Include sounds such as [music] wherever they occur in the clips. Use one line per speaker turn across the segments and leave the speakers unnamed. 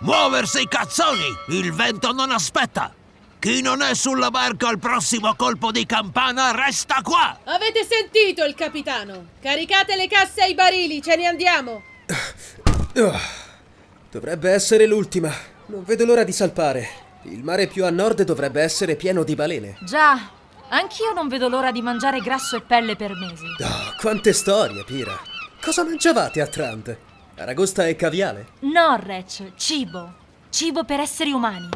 Muoversi i cazzoni! Il vento non aspetta! Chi non è sulla barca al prossimo colpo di campana resta qua!
Avete sentito il capitano? Caricate le casse ai barili, ce ne andiamo!
Oh, dovrebbe essere l'ultima. Non vedo l'ora di salpare. Il mare più a nord dovrebbe essere pieno di balene.
Già, anch'io non vedo l'ora di mangiare grasso e pelle per mesi.
Oh, quante storie, Pira. Cosa mangiavate a Trant? Aragosta e caviale?
No, Rech, cibo. Cibo per esseri umani.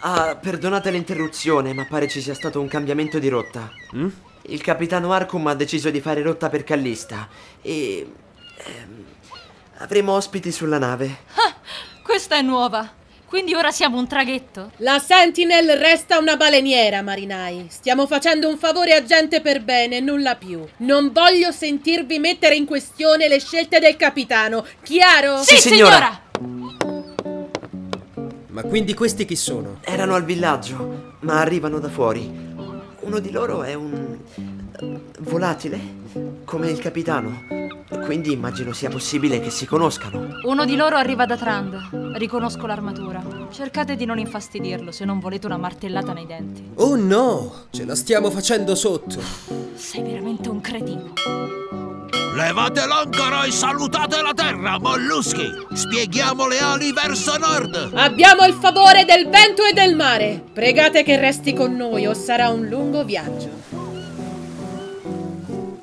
Ah, perdonate l'interruzione, ma pare ci sia stato un cambiamento di rotta.
Mm?
Il capitano Arcum ha deciso di fare rotta per Callista e... ehm, avremo ospiti sulla nave.
Questa è nuova. Quindi ora siamo un traghetto?
La Sentinel resta una baleniera, marinai. Stiamo facendo un favore a gente per bene, nulla più. Non voglio sentirvi mettere in questione le scelte del capitano, chiaro?
Sì, signora.
Ma quindi questi chi sono?
Erano al villaggio, ma arrivano da fuori. Uno di loro è un... eh, volatile, come il capitano. Quindi immagino sia possibile che si conoscano.
Uno di loro arriva da Trand. Riconosco l'armatura. Cercate di non infastidirlo se non volete una martellata nei denti.
Oh no! Ce la stiamo facendo sotto!
Sei veramente un cretino.
Levate l'ancora e salutate la terra, molluschi! Spieghiamo le ali verso nord!
Abbiamo il favore del vento e del mare. Pregate che resti con noi o sarà un lungo viaggio.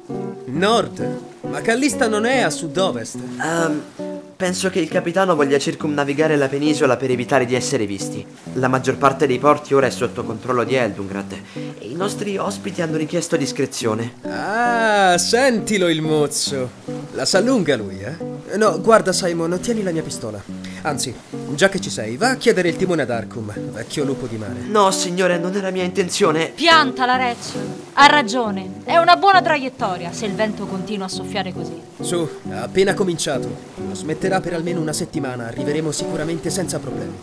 Nord? Ma Callista non è a sud-ovest.
Ehm, penso che il capitano voglia circumnavigare la penisola per evitare di essere visti. La maggior parte dei porti ora è sotto controllo di Eldungrad e i nostri ospiti hanno richiesto discrezione.
Ah, sentilo il mozzo! La s'allunga lui, eh? No, guarda Simon, tieni la mia pistola. Anzi, già che ci sei, va a chiedere il timone ad Arcum, vecchio lupo di mare.
No, signore, non era mia intenzione.
Pianta la Rech. Ha ragione. È una buona traiettoria se il vento continua a soffiare così.
Su, ha appena cominciato. Lo smetterà per almeno una settimana, arriveremo sicuramente senza problemi.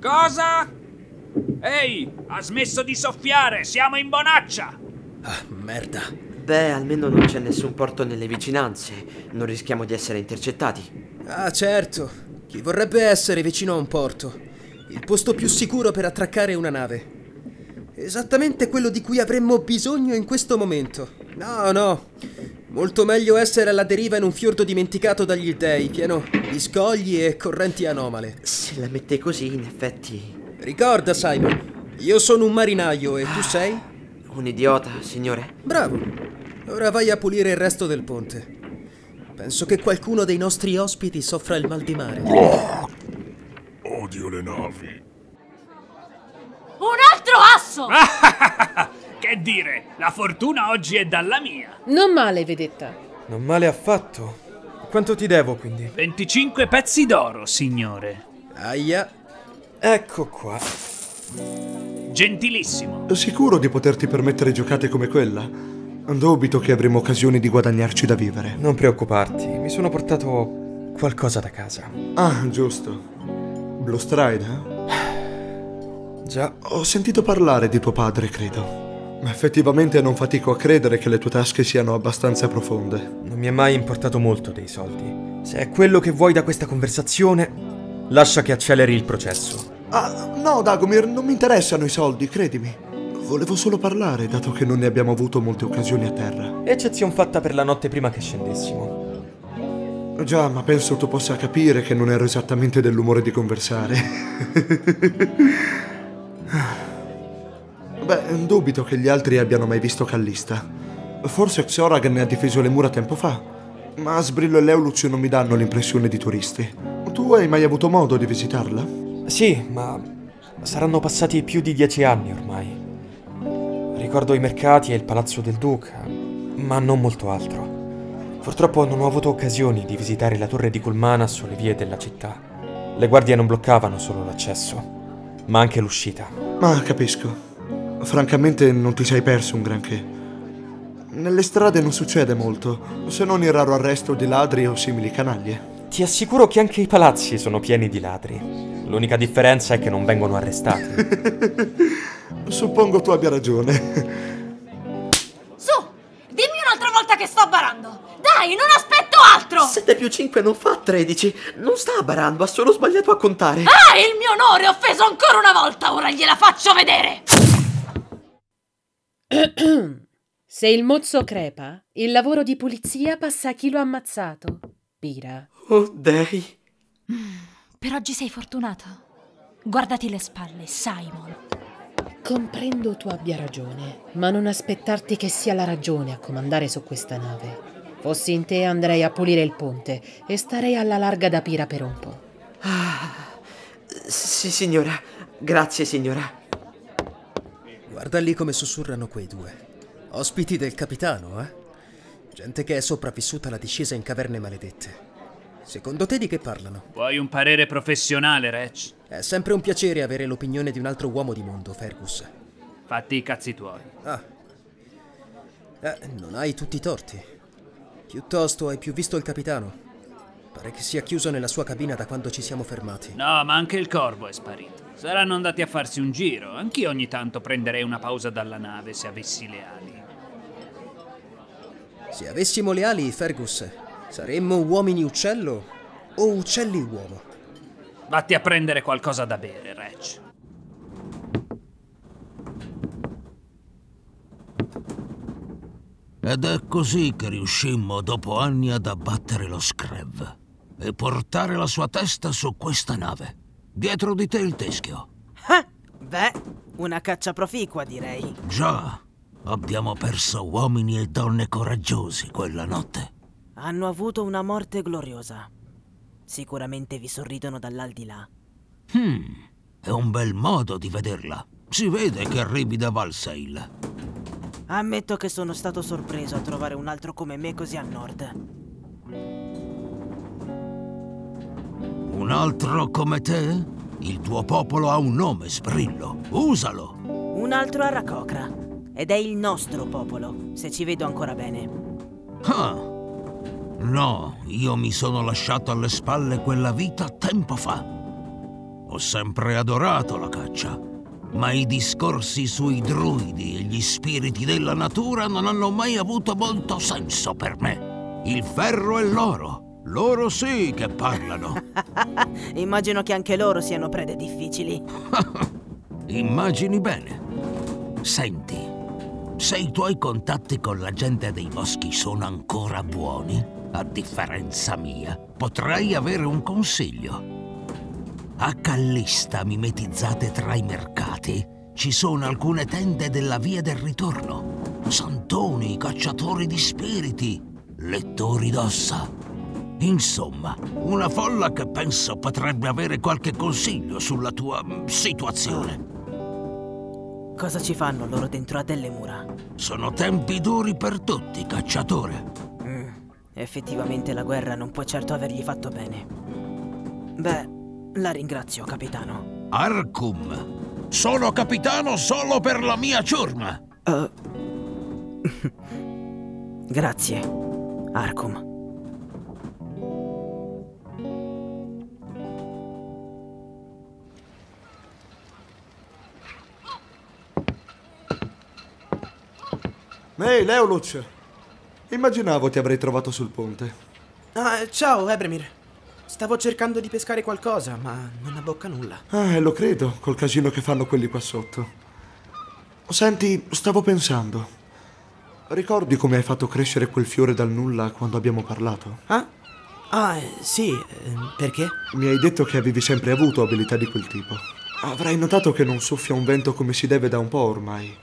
Cosa? Ehi, ha smesso di soffiare, siamo in bonaccia!
Ah, merda.
Beh, almeno non c'è nessun porto nelle vicinanze. Non rischiamo di essere intercettati.
Ah, certo. Chi vorrebbe essere vicino a un porto? Il posto più sicuro per attraccare una nave. Esattamente quello di cui avremmo bisogno in questo momento. No, no. Molto meglio essere alla deriva in un fiordo dimenticato dagli dei, pieno di scogli e correnti anomale.
Se la mette così, in effetti.
Ricorda, Simon, io sono un marinaio e tu sei?
Un idiota, signore.
Bravo. Ora vai a pulire il resto del ponte. Penso che qualcuno dei nostri ospiti soffra il mal di mare.
Odio le navi.
Un altro asso!
Che dire, la fortuna oggi è dalla mia.
Non male, vedetta.
Non male affatto. Quanto ti devo quindi?
25 pezzi d'oro, signore.
Aia.
Ecco qua.
Gentilissimo.
Sicuro di poterti permettere giocate come quella? Dubito che avremo occasione di guadagnarci da vivere.
Non preoccuparti, mi sono portato qualcosa da casa.
Ah, giusto. Blue Stride, eh?
Già,
Ho sentito parlare di tuo padre, credo. Ma effettivamente non fatico a credere che le tue tasche siano abbastanza profonde.
non mi è mai importato molto dei soldi. Se è quello che vuoi da questa conversazione, lascia che acceleri il processo.
Ah, no, Dagomir, non mi interessano i soldi, credimi. Volevo solo parlare, dato che non ne abbiamo avuto molte occasioni a terra.
Eccezion fatta per la notte prima che scendessimo.
Già, ma penso tu possa capire che non ero esattamente dell'umore di conversare. Beh, dubito che gli altri abbiano mai visto Callista. Forse Xoragan ne ha difeso le mura tempo fa, ma Sbrillo e Leolucio non mi danno l'impressione di turisti. Tu hai mai avuto modo di visitarla?
Sì, ma saranno passati più di dieci anni ormai. Ricordo i mercati e il palazzo del duca, ma non molto altro. Purtroppo non ho avuto occasioni di visitare la torre di Culmana sulle vie della città. Le guardie non bloccavano solo l'accesso, ma anche l'uscita.
Ma capisco. Francamente non ti sei perso un granché. Nelle strade non succede molto, se non il raro arresto di ladri o simili canaglie.
Ti assicuro che anche i palazzi sono pieni di ladri. L'unica differenza è che non vengono arrestati.
[laughs] Suppongo tu abbia ragione.
Su, dimmi un'altra volta che sto barando. Dai, non aspetto altro.
7 più 5 non fa 13. Non sta barando, ha solo sbagliato a contare.
Ah, il mio onore, ho offeso ancora una volta. Ora gliela faccio vedere.
Mm. Se il mozzo crepa, il lavoro di pulizia passa a chi lo ha ammazzato. Pira.
Oh, dei.
Per oggi sei fortunato. Guardati le spalle, Simon.
Comprendo tu abbia ragione, ma non aspettarti che sia la ragione a comandare su questa nave. Fossi in te andrei a pulire il ponte e starei alla larga da Pira per un po'.
Sì, signora. Grazie, signora.
Guarda lì come sussurrano quei due. Ospiti del capitano, eh? Gente che è sopravvissuta alla discesa in caverne maledette. Secondo te di che parlano?
Vuoi un parere professionale, Rech?
È sempre un piacere avere l'opinione di un altro uomo di mondo, Fergus.
Fatti i cazzi tuoi.
Ah. Eh, non hai tutti i torti. Piuttosto hai più visto il capitano. Pare che sia chiuso nella sua cabina da quando ci siamo fermati.
No, ma anche il corvo è sparito. Saranno andati a farsi un giro. Anch'io ogni tanto prenderei una pausa dalla nave se avessi le ali.
Se avessimo le ali, Fergus, saremmo uomini uccello o uccelli uomo?
Vatti a prendere qualcosa da bere, Rech.
Ed è così che riuscimmo dopo anni ad abbattere lo Screv e portare la sua testa su questa nave. Dietro di te il teschio.
Ah, beh, una caccia proficua direi.
Già, abbiamo perso uomini e donne coraggiosi quella notte.
Hanno avuto una morte gloriosa. Sicuramente vi sorridono dall'aldilà.
È un bel modo di vederla. Si vede che arrivi da Valsail.
Ammetto che sono stato sorpreso a trovare un altro come me così a nord.
Un altro come te? Il tuo popolo ha un nome, Sprillo. Usalo!
Un altro a Rakokra. Ed è il nostro popolo, se ci vedo ancora bene.
Ah. No, io mi sono lasciato alle spalle quella vita tempo fa. Ho sempre adorato la caccia, ma i discorsi sui druidi e gli spiriti della natura non hanno mai avuto molto senso per me. Il ferro e l'oro, loro sì che parlano.
Immagino che anche loro siano prede difficili.
Immagini bene. Senti, se i tuoi contatti con la gente dei boschi sono ancora buoni, a differenza mia, potrai avere un consiglio. A Callista, mimetizzate tra i mercati, ci sono alcune tende della via del ritorno. Santoni, cacciatori di spiriti, lettori d'ossa. Insomma, una folla che penso potrebbe avere qualche consiglio sulla tua mm, situazione.
Cosa ci fanno loro dentro a delle mura?
Sono tempi duri per tutti, cacciatore.
Mm, effettivamente la guerra non può certo avergli fatto bene. Beh, la ringrazio, capitano.
Arcum, sono capitano solo per la mia ciurma.
Eh, Grazie, Arcum.
Ehi, Leoluc! Immaginavo ti avrei trovato sul ponte.
Ah, ciao, Ebremir. Stavo cercando di pescare qualcosa, ma non abbocca nulla.
Ah, e lo credo, col casino che fanno quelli qua sotto. Senti, stavo pensando. Ricordi come hai fatto crescere quel fiore dal nulla quando abbiamo parlato?
Ah? Ah, eh, sì, ehm, perché?
Mi hai detto che avevi sempre avuto abilità di quel tipo. Avrai notato che non soffia un vento come si deve da un po' ormai.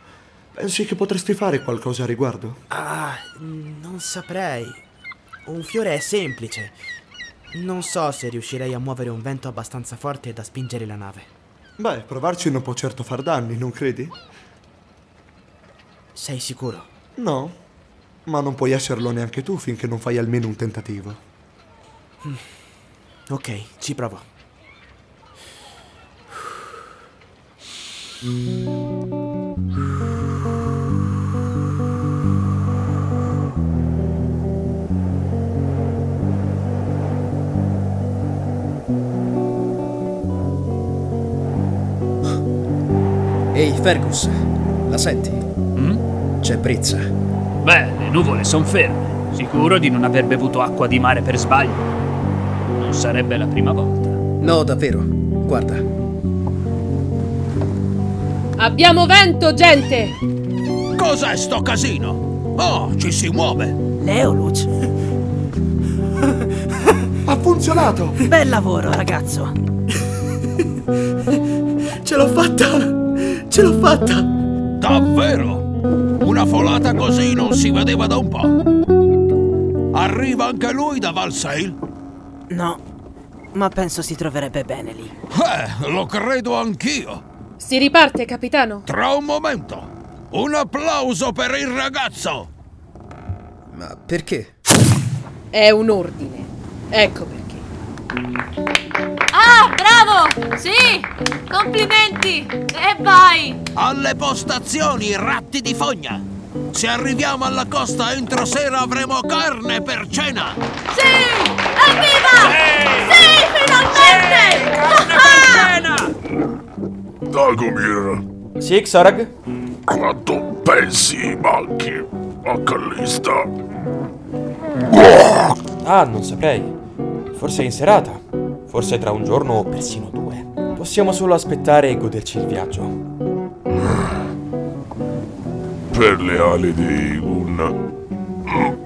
Pensi che potresti fare qualcosa a riguardo?
Ah, non saprei. Un fiore è semplice. Non so se riuscirei a muovere un vento abbastanza forte da spingere la nave.
Beh, provarci non può certo far danni, non credi?
Sei sicuro?
No. Ma non puoi esserlo neanche tu finché non fai almeno un tentativo.
Ok, ci provo.
Ehi, Fergus, la senti?
Mm?
C'è brizza.
Beh, le nuvole sono ferme. Sicuro di non aver bevuto acqua di mare per sbaglio. Non sarebbe la prima volta.
No, davvero. Guarda.
Abbiamo vento, gente!
Cos'è sto casino? Oh, ci si muove!
Leoluc!
[laughs] Ha funzionato!
Bel lavoro, ragazzo!
Ce l'ho fatta! Ce l'ho fatta!
Davvero? Una folata così non si vedeva da un po'. Arriva anche lui da Valsail?
No, ma penso si troverebbe bene lì.
Eh, lo credo anch'io.
Si riparte, capitano?
Tra un momento. Un applauso per il ragazzo.
Ma perché?
È un ordine. Ecco perché.
Ah, bravo! Sì! Complimenti! E vai!
Alle postazioni, ratti di fogna. Se arriviamo alla costa entro sera avremo carne per cena.
Sì! Evviva! Sì, finalmente!
Ah,
Dagomir,
Sì, Xorag?
quanto pensi manchi a Callista?
Ah, non saprei. Forse in serata. Forse tra un giorno o persino due. Possiamo solo aspettare e goderci il viaggio.
Per le ali di Igun,